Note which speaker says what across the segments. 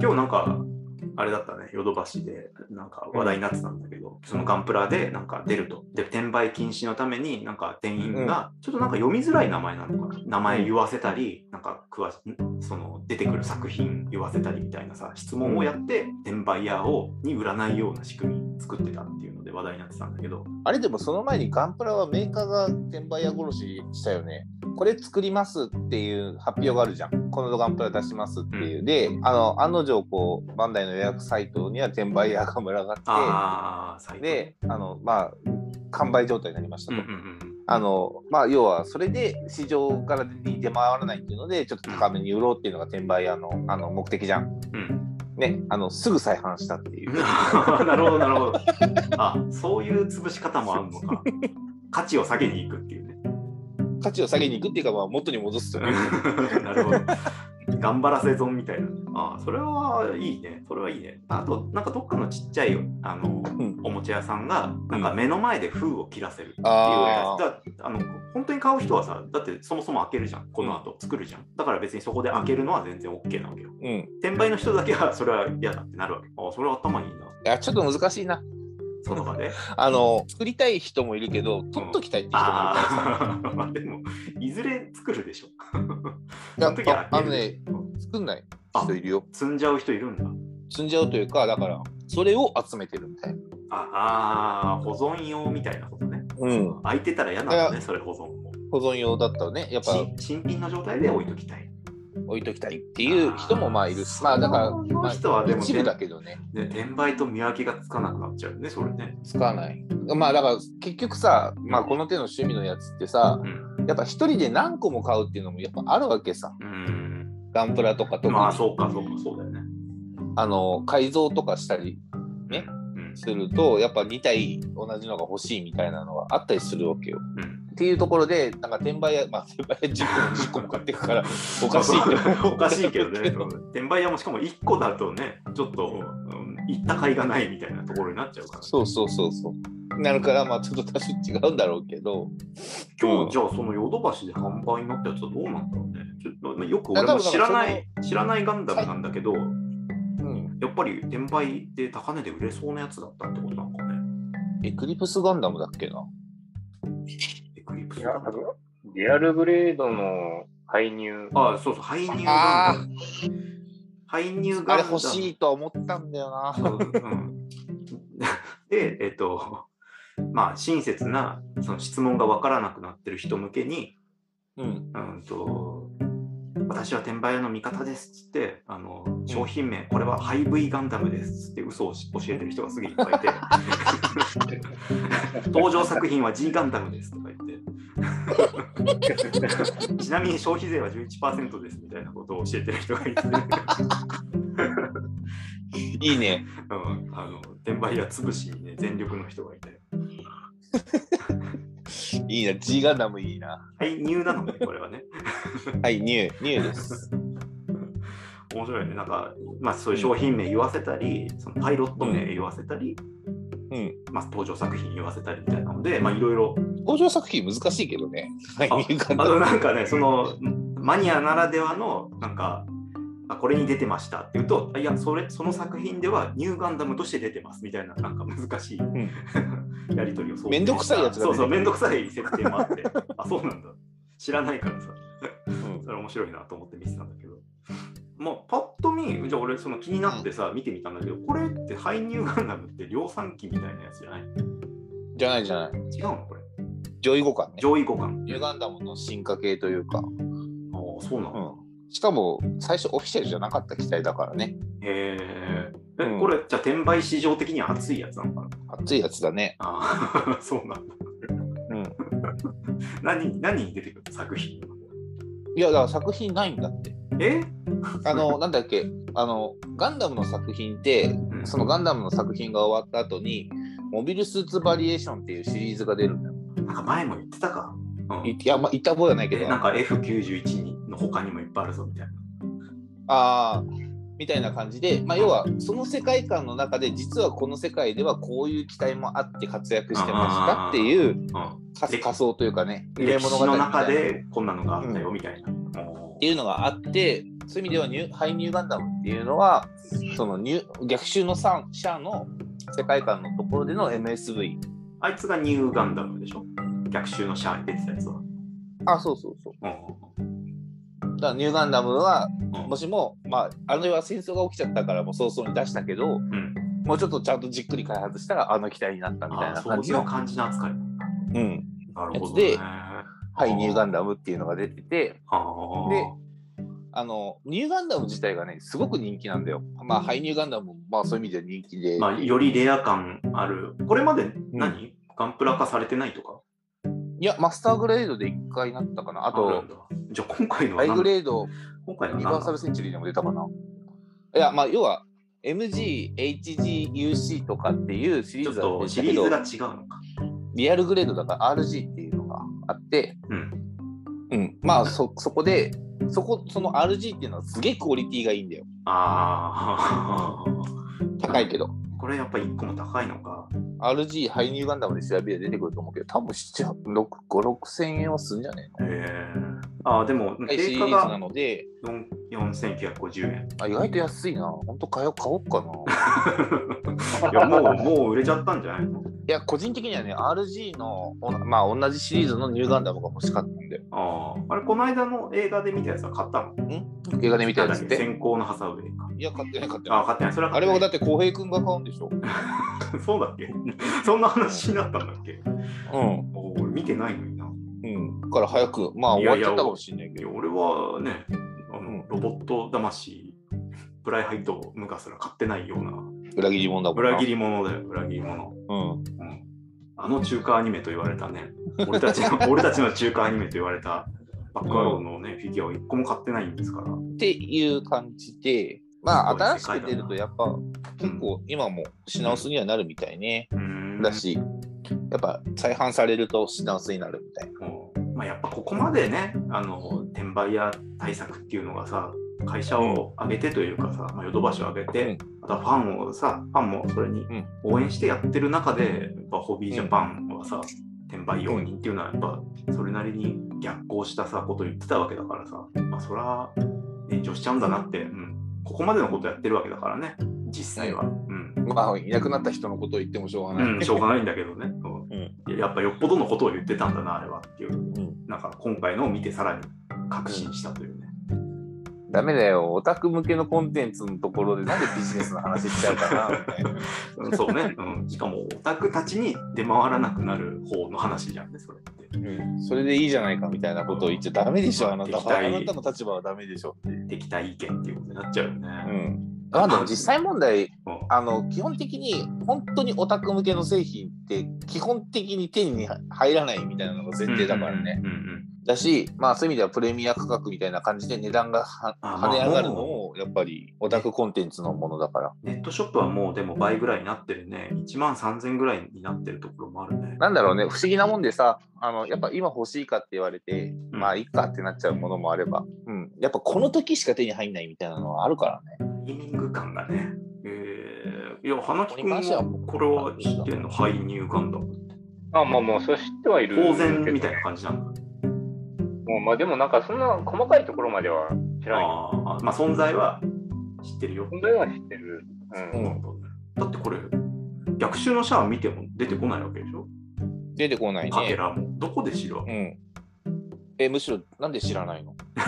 Speaker 1: 今日なんか、あれだったね、ヨドバシでなんか話題になってたんだけど、そのガンプラでなんか出ると。で、転売禁止のために、なんか店員が、ちょっとなんか読みづらい名前なのかな。名前言わせたり、なんか詳し、その出てくる作品言わせたりみたいなさ、質問をやって、転売ヤーをに売らないような仕組み作ってたっていうので話題になってたんだけど、
Speaker 2: あれでもその前にガンプラはメーカーが転売屋殺ししたよね。これ作りますっていう発表があるじゃん。このガンプラ出しますっていう。で、あの、案の定こう、バンダイの予約サイトには転売屋が群がっ
Speaker 1: ああ、最
Speaker 2: て、
Speaker 1: 高。
Speaker 2: で、あの、まあ、完売状態になりました
Speaker 1: うん
Speaker 2: と。
Speaker 1: うんうん。
Speaker 2: あの、まあ、要はそれで市場からに出回らないっていうので、ちょっと高めに売ろうっていうのが転売屋のあの目的じゃん。
Speaker 1: うん
Speaker 2: ね、あの、すぐ再販したっていう。
Speaker 1: なるほどなるほど。あそういう潰し方もあるのか。価値を下げに行くっていうね。
Speaker 2: 価値を下げに行くっていうか、まあ、元に戻すという。
Speaker 1: なるほど。頑張らせ損みたいな。あそれはいいね。それはいいね。あと、なんかどっかのちっちゃいあの、
Speaker 2: ん
Speaker 1: おもちゃ屋さんが、なんか目の前で封を切らせるっていう
Speaker 2: あ
Speaker 1: や
Speaker 2: ー
Speaker 1: つ。だあの本当に買う人はさ、だってそもそも開けるじゃん。この後作るじゃん。だから別にそこで開けるのは全然 OK なわけよ。
Speaker 2: うん。
Speaker 1: 転売の人だけはそれは嫌だってなるわけ。あそれは頭いいな。
Speaker 2: いや、ちょっと難しいな。
Speaker 1: その場 で。
Speaker 2: あの作りたい人もいるけど取っときたいって人もいるからさ
Speaker 1: ああ、 まあでも、いずれ作るでしょ。
Speaker 2: いや
Speaker 1: その時は
Speaker 2: ああのね作んない人いるよ
Speaker 1: 積んじゃう人いるんだ。
Speaker 2: 積んじゃうというかだからそれを集めてるみたいな
Speaker 1: ああ、保存用みたいなことね。
Speaker 2: うん
Speaker 1: 空いてたら嫌なんだね、それ保存も。
Speaker 2: 保存用だったらねやっぱ
Speaker 1: 新新品の状態で置いときたい。
Speaker 2: 置いときたいっていう人もまあいるしまあだから
Speaker 1: そういう
Speaker 2: ま
Speaker 1: 人は
Speaker 2: あ
Speaker 1: でも
Speaker 2: 一部だけどね
Speaker 1: ね、転売と見分けがつかなくなっちゃうね、それね。
Speaker 2: 使わないまあだから結局さ、まあ、この手の趣味のやつってさ
Speaker 1: うん。
Speaker 2: やっぱ一人で何個も買うっていうのもやっぱあるわけさ
Speaker 1: うん。
Speaker 2: ガンプラとか特に
Speaker 1: まあ、
Speaker 2: あ
Speaker 1: そうか、そうか、そうだよね。
Speaker 2: の改造とかしたりね
Speaker 1: うん。
Speaker 2: するとやっぱ2体同じのが欲しいみたいなのはあったりするわけよ
Speaker 1: うん。
Speaker 2: っていうところで、なんか転売屋、まあ、転売屋10個も10個も買っていく から、おかしいって思う
Speaker 1: おかしいけどね。うん 転売屋もしかも1個だとね、ちょっと、うん、行った甲斐がないみたいなところになっちゃうから。
Speaker 2: そうそうそうそう。なるから、まあ、ちょっと多種違うんだろうけど、
Speaker 1: 今
Speaker 2: うん
Speaker 1: 日じゃあそのヨドバシで販売になったやつはどうなんだろうね。ちょっとまあよく
Speaker 2: い
Speaker 1: 俺
Speaker 2: や多
Speaker 1: も
Speaker 2: 分
Speaker 1: 知らな
Speaker 2: なん
Speaker 1: い知らないガンダムなんだけど、
Speaker 2: うん、
Speaker 1: やっぱり転売で高値で売れそうなやつだったってことなのかね。
Speaker 2: エクリプスガンダムだっけな。
Speaker 1: エクリプ
Speaker 3: い
Speaker 1: ス
Speaker 3: や
Speaker 1: ガンダム。
Speaker 3: リアルブレードの介入。
Speaker 1: ああ、そうそう、廃乳ガン
Speaker 2: あ
Speaker 1: ダム。廃乳ガンダム。
Speaker 2: あれ欲しいとは思ったんだよな。
Speaker 1: そう。うん、 で、えっと、まあ親切なその質問がわからなくなってる人向けに、
Speaker 2: うん。
Speaker 1: うんと私は転売屋の味方ですっつってあの商品名、これはハイ V ガンダムですっつって嘘を教えてる人がすげえいっぱいいて登場作品は G ガンダムですとか言ってちなみに消費税は11%ですみたいなことを教えてる人がいて、うん、
Speaker 2: いいね。
Speaker 1: あの転売屋潰しにね全力の人がいて
Speaker 2: いいな。G ガンダムいいな。
Speaker 1: はいニューなのねこれはね
Speaker 2: はい、ニュー、ニューです。
Speaker 1: 面白いねなんか、まあ、そういう商品名言わせたり、そのパイロット名言わせたり、
Speaker 2: うん。
Speaker 1: まあ、登場作品言わせたりみたいなので、まあ、いろいろ、
Speaker 2: 登場作品難しいけどね。はい、
Speaker 1: あ
Speaker 2: ニューガン
Speaker 1: あ
Speaker 2: ダ
Speaker 1: と
Speaker 2: ム。
Speaker 1: なんかね、そのマニアならではの、なんか、あこれに出てましたっていうと、あいや、それ、その作品ではニューガンダムとして出てますみたいな、なんか難しい、
Speaker 2: ん
Speaker 1: やり取りを想定した
Speaker 2: めんどくさいやつが出てくる
Speaker 1: そうそう、めんどくさい設定もあって、あ、そうなんだ。知らないからさ、
Speaker 2: うん
Speaker 1: それ面白いなと思って見てたんだけど。もうパッと見、じゃあ俺その気になってさ、見てみたんだけど、これってハイニューガンダムって量産機みたいなやつじゃない違う
Speaker 2: じゃないじゃない。
Speaker 1: のこれ。
Speaker 2: 上位互換ね。
Speaker 1: 上位互換。
Speaker 2: ニューガンダムの進化系というか。
Speaker 1: ああ、そうなの、
Speaker 2: うん、しかも最初オフィシャルじゃなかった機体だからね
Speaker 1: へえ。え、
Speaker 2: うん
Speaker 1: これ、じゃあ転売市場的には熱いやつなのかな
Speaker 2: 熱いやつだね、
Speaker 1: ああ、 そうなんだ。
Speaker 2: うん、
Speaker 1: 何、何に出てくる作品
Speaker 2: いやだから作品ないんだって
Speaker 1: え、
Speaker 2: あ のなんだっけあのガンダムの作品って
Speaker 1: うん
Speaker 2: そのガンダムの作品が終わった後にモビルスーツバリエーションっていうシリーズが出るんだよ
Speaker 1: なんか前も言ってたか。うん、
Speaker 2: いいや、まあ、言った覚えはないけ
Speaker 1: え
Speaker 2: ど
Speaker 1: なん
Speaker 2: あ
Speaker 1: か F91 の他にもいっぱいあるぞみたいな。
Speaker 2: あーみたいな感じで、まあ、要はその世界観の中で実はこの世界ではこういう機体もあって活躍してましたっていう
Speaker 1: うん
Speaker 2: 仮仮想というかね
Speaker 1: 歴史
Speaker 2: み
Speaker 1: の
Speaker 2: たいな
Speaker 1: 中でこんなのがあったよみたいな。
Speaker 2: っていうのがあってそういう意味ではニュー、ハイニューガンダムっていうのは、そのニュー逆襲の三社の世界観のところでの MSV。
Speaker 1: あいつがニューガンダムでしょ逆襲のシャアに出てたやつは。
Speaker 2: あ、そうそうそう。
Speaker 1: うん
Speaker 2: だからニューガンダムは、
Speaker 1: うん
Speaker 2: もしも、まあ、あの世は戦争が起きちゃったから、もう早々に出したけど、
Speaker 1: うん
Speaker 2: もうちょっとちゃんとじっくり開発したら、あの機体になったみたい
Speaker 1: あ
Speaker 2: な
Speaker 1: そ
Speaker 2: 感
Speaker 1: う
Speaker 2: じ
Speaker 1: いう
Speaker 2: の、
Speaker 1: 感じの扱い。
Speaker 2: うん、
Speaker 1: なるほど、ね。
Speaker 2: で
Speaker 1: あ
Speaker 2: ハイニューガンダムっていうのが出てて、
Speaker 1: あ。
Speaker 2: であの、ニューガンダム自体がね、すごく人気なんだよ。まあ、ハイニューガンダムも、まあ、そういう意味では人気で。
Speaker 1: まあ、よりレア感ある。これまで何、ガンプラ化されてないとか
Speaker 2: いや、マスターグレードで1回なったかな。あ
Speaker 1: ある
Speaker 2: と
Speaker 1: ん、だ。じゃあ今回の
Speaker 2: ハ
Speaker 1: は
Speaker 2: イグ
Speaker 1: 何
Speaker 2: レード、
Speaker 1: 今回の
Speaker 2: ユ
Speaker 1: は
Speaker 2: ニ
Speaker 1: 何な
Speaker 2: バーサル
Speaker 1: の
Speaker 2: センチュリーでも出たかな。いや、まあ、要は、MG、HG、UC とかっていうシリ
Speaker 1: ち
Speaker 2: ー
Speaker 1: ょっ
Speaker 2: ズがある
Speaker 1: と
Speaker 2: ん
Speaker 1: シ
Speaker 2: だ
Speaker 1: リ
Speaker 2: け
Speaker 1: ーズ
Speaker 2: ど
Speaker 1: が、違うのか。
Speaker 2: リアルグレードだから RG っていうのがあって、
Speaker 1: うん。
Speaker 2: うん、まあそ、そこで、そこ、その RG っていうのはすげえクオリティがいいんだよ。
Speaker 1: ああ。
Speaker 2: 高いけど。
Speaker 1: これやっぱ1個も高いのか。
Speaker 2: RG、ハイニューガンダムで調べれば出てくると思うけど、多分7、6、5、6千円はするんじゃねえ
Speaker 1: へえ。ああ、でも
Speaker 2: の高いシリ
Speaker 1: 定
Speaker 2: ー
Speaker 1: 価
Speaker 2: ズな
Speaker 1: が
Speaker 2: ので、
Speaker 1: 4 4950円。
Speaker 2: あ意外と安いな。ほんと買おう買おうかな。
Speaker 1: いや、もう、もう売れちゃったんじゃないの
Speaker 2: いや、個人的にはね、RG の、おまあ同じシリーズのニューガンダムが欲しかったんで、
Speaker 1: ああ。あれ、この間の映画で見たやつは買ったの
Speaker 2: 映画で見たやつっ
Speaker 1: 先
Speaker 2: て。
Speaker 1: 行のハサウェイか。
Speaker 2: いや、買ってない買って
Speaker 1: あ
Speaker 2: な
Speaker 1: あ、
Speaker 2: い。
Speaker 1: 買ってない。それは
Speaker 2: あ
Speaker 1: 買
Speaker 2: れ
Speaker 1: ってな
Speaker 2: はいだって浩平君が買うんでしょ。
Speaker 1: そうだっけそんな話になったんだっけ
Speaker 2: うん。
Speaker 1: お俺見てないのにな。
Speaker 2: うん。だから早く、まあ終わっちゃったかもしれないけど
Speaker 1: いや俺はね、あ
Speaker 2: うん
Speaker 1: のロボット魂、ブライハイとムカすら買ってないような、
Speaker 2: 裏切り者だもんな
Speaker 1: 裏切り者だよ、裏切り者。
Speaker 2: うん。
Speaker 1: うん、あの中華アニメと言われたね、俺たちの 俺たちの中華アニメと言われたバックワードの、ねフィギュアを1個も買ってないんですから。
Speaker 2: っていう感じで、まあ
Speaker 1: すごい
Speaker 2: 新しく出るとやっぱ結構今も品薄にはなるみたいね。
Speaker 1: うーん
Speaker 2: だし、やっぱ再販されると品薄になるみたいな。
Speaker 1: うんまあ、やっぱここまでねあの転売屋対策っていうのがさ会社を挙げてというかさ、まあ、ヨドバシを挙げて、あとはファンをさファンもそれに
Speaker 2: ん
Speaker 1: 応援してやってる中で、やっぱホビージャパンはさ、転売用人っていうのはやっぱそれなりに逆行したさことを言ってたわけだからさ、まあ、そら炎上しちゃうんだなって、うん、ここまでのことやってるわけだからね実際は、うん
Speaker 2: まあいなくなった人のことを言ってもしょうがない。
Speaker 1: うん、しょうがないんだけどね、うんいややっぱよっぽどのことを言ってたんだなあれはっていう
Speaker 2: うん
Speaker 1: なんか今回のを見てさらに確信したというね。
Speaker 2: ダメだよ、オタク向けのコンテンツのところでなんでビジネスの話しちゃうかなみたいな。
Speaker 1: そうね、うん。しかもオタクたちに出回らなくなる方の話じゃんね、それって。
Speaker 2: それでいいじゃないかみたいなことを言っちゃダメでしょ、あなた
Speaker 1: 敵対
Speaker 2: は。あなたの立場はダメでしょって。
Speaker 1: 敵対意見っていうことになっちゃうよね。
Speaker 2: うん。まあでも実際問題、
Speaker 1: うん
Speaker 2: あの基本的に本当にオタク向けの製品って基本的に手に入らないみたいなのが前提だからね。
Speaker 1: うんうんうん
Speaker 2: だし、まあ、そういう意味ではプレミア価格みたいな感じで値段がは
Speaker 1: あ
Speaker 2: 跳ね上がるの
Speaker 1: まあ
Speaker 2: もやっぱりオタクコンテンツのものだから。
Speaker 1: ネットショップはもうでも倍ぐらいになってるね。1万3000ぐらいになってるところもあるね。
Speaker 2: なんだろうね不思議なもんでさあのやっぱ今欲しいかって言われて、
Speaker 1: うん
Speaker 2: まあいいかってなっちゃうものもあれば、うん、やっぱこの時しか手に入んないみたいなのはあるからね。
Speaker 1: タイミング感がね。えー、いや、花木
Speaker 2: ここ
Speaker 1: 君
Speaker 2: に関してはも
Speaker 1: も
Speaker 2: う
Speaker 1: これは知ってんの、ハイニューガンダム。
Speaker 3: あまあまあ、そう知ってはいるけど。
Speaker 1: 当然みたいな感じなんだ。
Speaker 3: もうまあでもなんかそんな細かいところまでは知らない。
Speaker 1: あーまあ存在は知ってるよ。
Speaker 3: 本当には知ってる。う。
Speaker 2: うんん
Speaker 1: だってこれ逆襲のシャア見ても出てこないわけでしょ
Speaker 2: 出てこない
Speaker 1: かけ
Speaker 2: ね。
Speaker 1: らもどこで知るわ
Speaker 2: う
Speaker 1: け、
Speaker 2: ん、えむしろなんで知らないの
Speaker 1: だ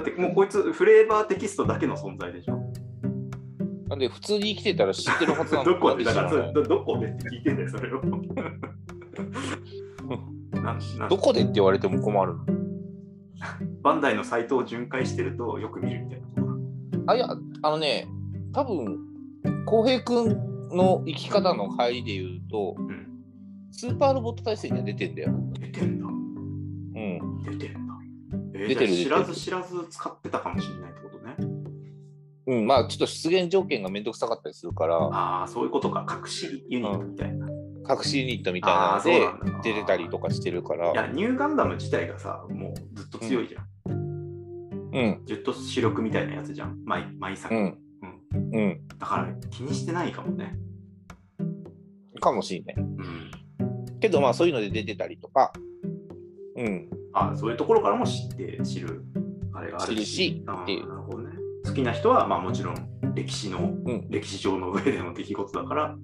Speaker 1: ってもうこいつフレーバーテキストだけの存在でしょ
Speaker 2: なんで普通に生きてたら知ってるはずなの
Speaker 1: どこ
Speaker 2: なん
Speaker 1: で
Speaker 2: で
Speaker 1: だか
Speaker 2: 知
Speaker 1: らら
Speaker 2: ない
Speaker 1: そどどこでって聞いてんだよそれを なんなん
Speaker 2: どこでって言われても困るの
Speaker 1: バンダイのサイトを巡回してるとよく見るみたいなこと
Speaker 2: あいやあのね多分浩平君の生き方の帰りで言うと
Speaker 1: うん
Speaker 2: スーパーロボット体制には出てんだよ、
Speaker 1: 出てんだ
Speaker 2: うん、
Speaker 1: 出てんだえー
Speaker 2: 出てる
Speaker 1: じゃあ知ら
Speaker 2: 出
Speaker 1: ず
Speaker 2: てる
Speaker 1: 知らず使ってたかもしれないってことね
Speaker 2: うん、まあちょっと出現条件がめんどくさかったりするから
Speaker 1: ああそういうことか隠しユニットみたいな、
Speaker 2: 隠しユニットみたい
Speaker 1: あ
Speaker 2: な
Speaker 1: あ
Speaker 2: の
Speaker 1: そう
Speaker 2: で
Speaker 1: なんだな
Speaker 2: 出てたりとかしてるか
Speaker 1: いや
Speaker 2: ら、
Speaker 1: ニューガンダム自体がさもうずっと強いじゃん
Speaker 2: うん
Speaker 1: ずっと主力みたいなやつじゃん、毎毎作、
Speaker 2: うん
Speaker 1: うん
Speaker 2: うん
Speaker 1: だから気にしてないかもね。
Speaker 2: かもしんない
Speaker 1: うん、
Speaker 2: けどまあそういうので出てたりとかうん
Speaker 1: あそういうところからも知って知るあれがあ
Speaker 2: する
Speaker 1: るし。
Speaker 2: し
Speaker 1: あー
Speaker 2: っていう
Speaker 1: なるほどね。好きな人は、まあもちろん歴史の、
Speaker 2: ん
Speaker 1: 歴史上の上での出来事だから、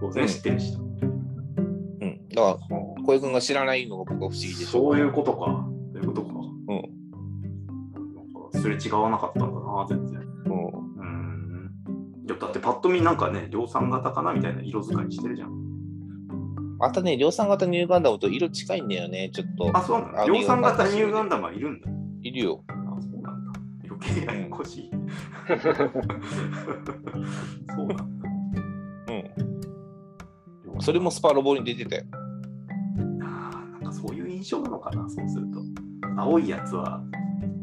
Speaker 1: 当
Speaker 2: う
Speaker 1: 然
Speaker 2: ん
Speaker 1: 知ってるしと。
Speaker 2: うん、だから小江君が知らないのが僕は不思議でしょ
Speaker 1: そういうことか。そういうことか。
Speaker 2: うん
Speaker 1: なんかすれ違わなかったんだな、全然。
Speaker 2: うん
Speaker 1: うーん。でもだってパッと見なんかね、量産型かなみたいな色使いしてるじゃん。
Speaker 2: またね量産型ニューガンダムと色近いんだよねちょっと
Speaker 1: あ、そうな
Speaker 2: あ
Speaker 1: の量産型ニューガンダムはいるんだ。
Speaker 2: いるよ
Speaker 1: あ、そうなんだ。余計ややこしい。そうなんだ。
Speaker 2: うんそれもスパロボに出てたよ
Speaker 1: あーなんかそういう印象なのかな、そうすると。青いやつは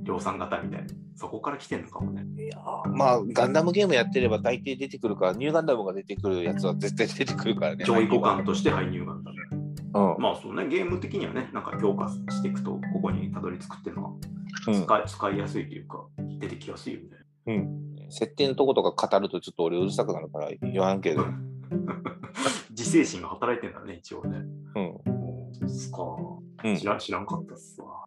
Speaker 1: 量産型みたいな。そこから来てんのかもね。
Speaker 2: いやーまあガンダムゲームやってれば大抵出てくるからニューガンダムが出てくるやつは絶対出てくるからね
Speaker 1: 上位互換として配入ガンダム。
Speaker 2: うん、
Speaker 1: まあそうね、ゲーム的にはね、なんか強化していくと、ここにたどり着くっていうのは
Speaker 2: うん
Speaker 1: 使い、使いやすいというか、出てきやすいよね。
Speaker 2: 設定のとことか語るとちょっと俺うるさくなるから言わんけど、
Speaker 1: 自制心が働いてんだね、一応ね。
Speaker 2: うん
Speaker 1: そうっすか。
Speaker 2: うん
Speaker 1: 知ら知らんかったっすわ。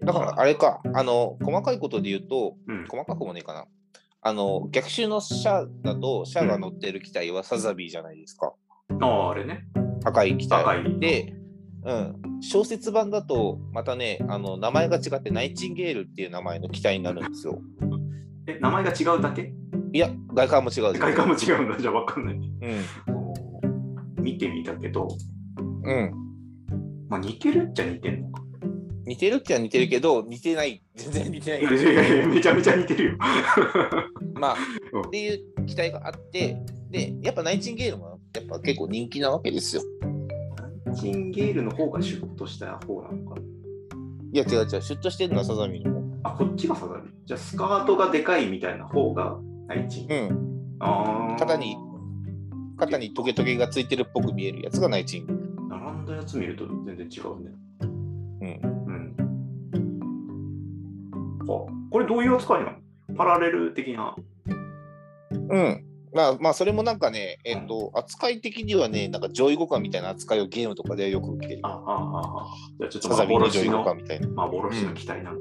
Speaker 2: だからあれかあの細かいことで言うと
Speaker 1: うん。
Speaker 2: 細かくもねえかなあの逆襲の車だと車が乗ってる機体はサザビーじゃないですか
Speaker 1: ああ、あれね。
Speaker 2: 赤い機体
Speaker 1: 高い。
Speaker 2: で、うん、小説版だとまたねあの名前が違ってナイチンゲールっていう名前の機体になるんですよ
Speaker 1: え、名前が違うだけ
Speaker 2: いや外観も違う
Speaker 1: 外観も違うんだ、じゃあわかんない。
Speaker 2: うん
Speaker 1: 見てみたけど、
Speaker 2: うん、
Speaker 1: まあ似てるっちゃ似てんのか。
Speaker 2: 似てるっては似てるけど似てない全然似て
Speaker 1: いや
Speaker 2: ない
Speaker 1: い やいや、めちゃめちゃ似てるよ。
Speaker 2: まあ
Speaker 1: うん
Speaker 2: っていう期待があってでやっぱナイチンゲールもやっぱ結構人気なわけですよ
Speaker 1: チンゲールの方がシュッとした方なのか。
Speaker 2: いや違う違うシュッとしてるのはサザビーの方
Speaker 1: あ、こっちがサザビ。じゃあスカートがでかいみたいな方がナイチン。
Speaker 2: うん
Speaker 1: ああ。
Speaker 2: 肩に肩にトゲトゲがついてるっぽく見えるやつがナイチンゲール
Speaker 1: 並んだやつ見ると全然違うね。
Speaker 2: う
Speaker 1: う
Speaker 2: ん
Speaker 1: ん。あ、これどういう扱いなのパラレル的な。
Speaker 2: うん。まあ、まあ、それもなんかね、えっと、扱い的にはね、なんか上位互換みたいな扱いをゲームとかでよく受ける
Speaker 1: あ。あ、ああ、あ。じゃあちょっと
Speaker 2: サザビーの上
Speaker 1: 幻
Speaker 2: 位互換
Speaker 1: の、
Speaker 2: みたいな。
Speaker 1: 幻の機体なんだ。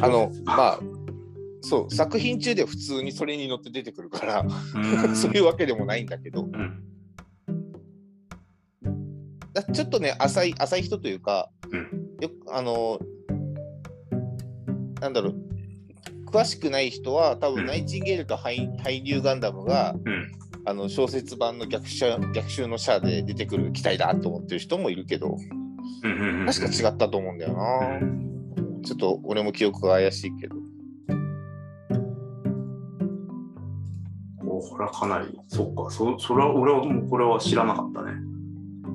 Speaker 2: あの、まあ、そう、作品中では普通にそれに乗って出てくるから、
Speaker 1: あ
Speaker 2: そういうわけでもないんだけど、
Speaker 1: うん。
Speaker 2: だちょっとね、浅い、浅い人というか、
Speaker 1: うん
Speaker 2: よく、あの、なんだろう、詳しくない人は、多
Speaker 1: うん
Speaker 2: 分ナイチンゲールとハイハイニューガンダムが、
Speaker 1: うん
Speaker 2: あの小説版の逆襲逆襲のシャアで出てくる機体だと思ってる人もいるけど、
Speaker 1: うんうんうんうん。
Speaker 2: 確か違ったと思うんだよな、
Speaker 1: うん
Speaker 2: ちょっと俺も記憶が怪しいけど
Speaker 1: おこれはかなり、そっか、そそれは俺はもうこれは知らなかったね。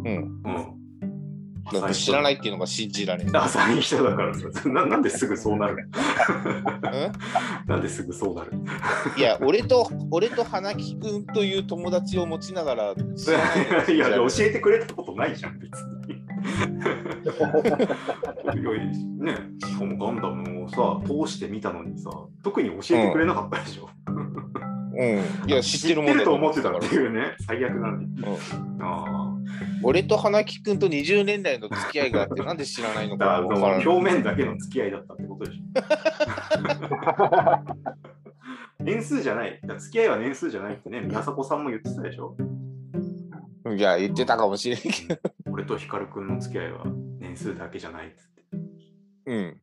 Speaker 2: うん
Speaker 1: うん。。
Speaker 2: だから知らないいっていうのが信じられない、
Speaker 1: 浅い人だからさな、なんですぐそうなる
Speaker 2: う
Speaker 1: なんですぐそうなる
Speaker 2: ん、いや俺と俺と花木くんという友達を持ちながら知らないのが
Speaker 1: い
Speaker 2: 信じ
Speaker 1: や
Speaker 2: られな
Speaker 1: 教えてくれたことないじゃん別 に。いやねしかもガンダムをさ通して見たのにさ特に教えてくれなかったでしょ。
Speaker 2: うん、いや知ってるもんだ
Speaker 1: と思ってたっ
Speaker 2: か
Speaker 1: て
Speaker 2: ら
Speaker 1: いうね最悪なんで。
Speaker 2: うん
Speaker 1: あ
Speaker 2: 俺と花木くんと20年代の付き合いがあってなんで知らないの
Speaker 1: あ
Speaker 2: か
Speaker 1: だから
Speaker 2: わからない
Speaker 1: その表面だけの付き合いだったってことでしょ。 年数じゃないだから付き合いは年数じゃないってね宮迫さんも言ってたでし ょ。
Speaker 2: いや言ってたかもしれんけ
Speaker 1: 俺と光くんの付き合いは年数だけじゃないっつって。
Speaker 2: ど、うん、
Speaker 1: うん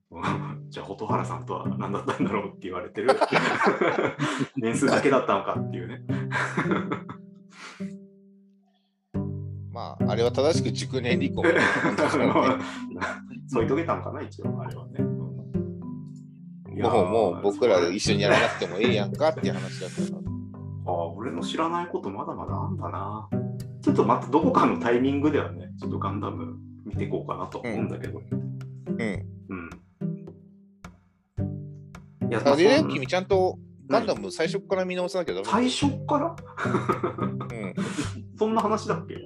Speaker 1: じゃあ蛍原さんとは何だったんだろうって言われてる 年数だけだったのかっていうね
Speaker 2: まああれは正しく熟年 離婚
Speaker 1: 添い遂げたのかな一応あれはねいや
Speaker 2: もうもう僕ら一緒にやらなくてもええやんかっていう話だったから
Speaker 1: ああ俺の知らないことまだまだあんだなちょっとまたどこかのタイミングではねちょっとガンダム見ていこうかなと思うんだけど
Speaker 2: うん
Speaker 1: うん、いや
Speaker 2: あで
Speaker 1: そん
Speaker 2: 君ちゃんとガンダム最初から見直さなきゃダメだ
Speaker 1: 最初から
Speaker 2: よ。
Speaker 1: そんな話だっけ
Speaker 2: うん。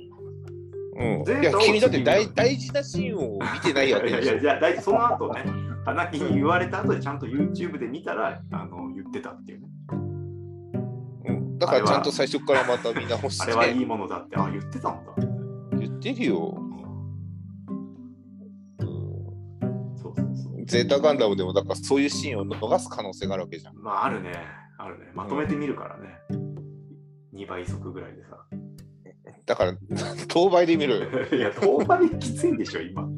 Speaker 2: う
Speaker 1: ゼータ
Speaker 2: ん、いや
Speaker 1: を
Speaker 2: 君だって
Speaker 1: 次
Speaker 2: 大
Speaker 1: に
Speaker 2: 大事なシーンを見てないわけ
Speaker 1: いやい
Speaker 2: でし
Speaker 1: や
Speaker 2: ょ。
Speaker 1: いや、大体その後ね、花木に言われた後でちゃんと YouTube で見たら、あの言ってたっていうね。
Speaker 2: うん、だからちゃんと最初からまた見直し
Speaker 1: あれはい
Speaker 2: て
Speaker 1: いものだって、あ、言ってたんだ。
Speaker 2: 言ってるよ。
Speaker 1: うんそうそうそう。
Speaker 2: ゼータガンダムでもだからそういうシーンを逃す可能性があるわけじゃん。
Speaker 1: まああるね、あるね。まとめてみるからね。2倍速ぐらいでさ。
Speaker 2: だから 当倍で見るよ。
Speaker 1: いや、当倍きついんでしょ、今。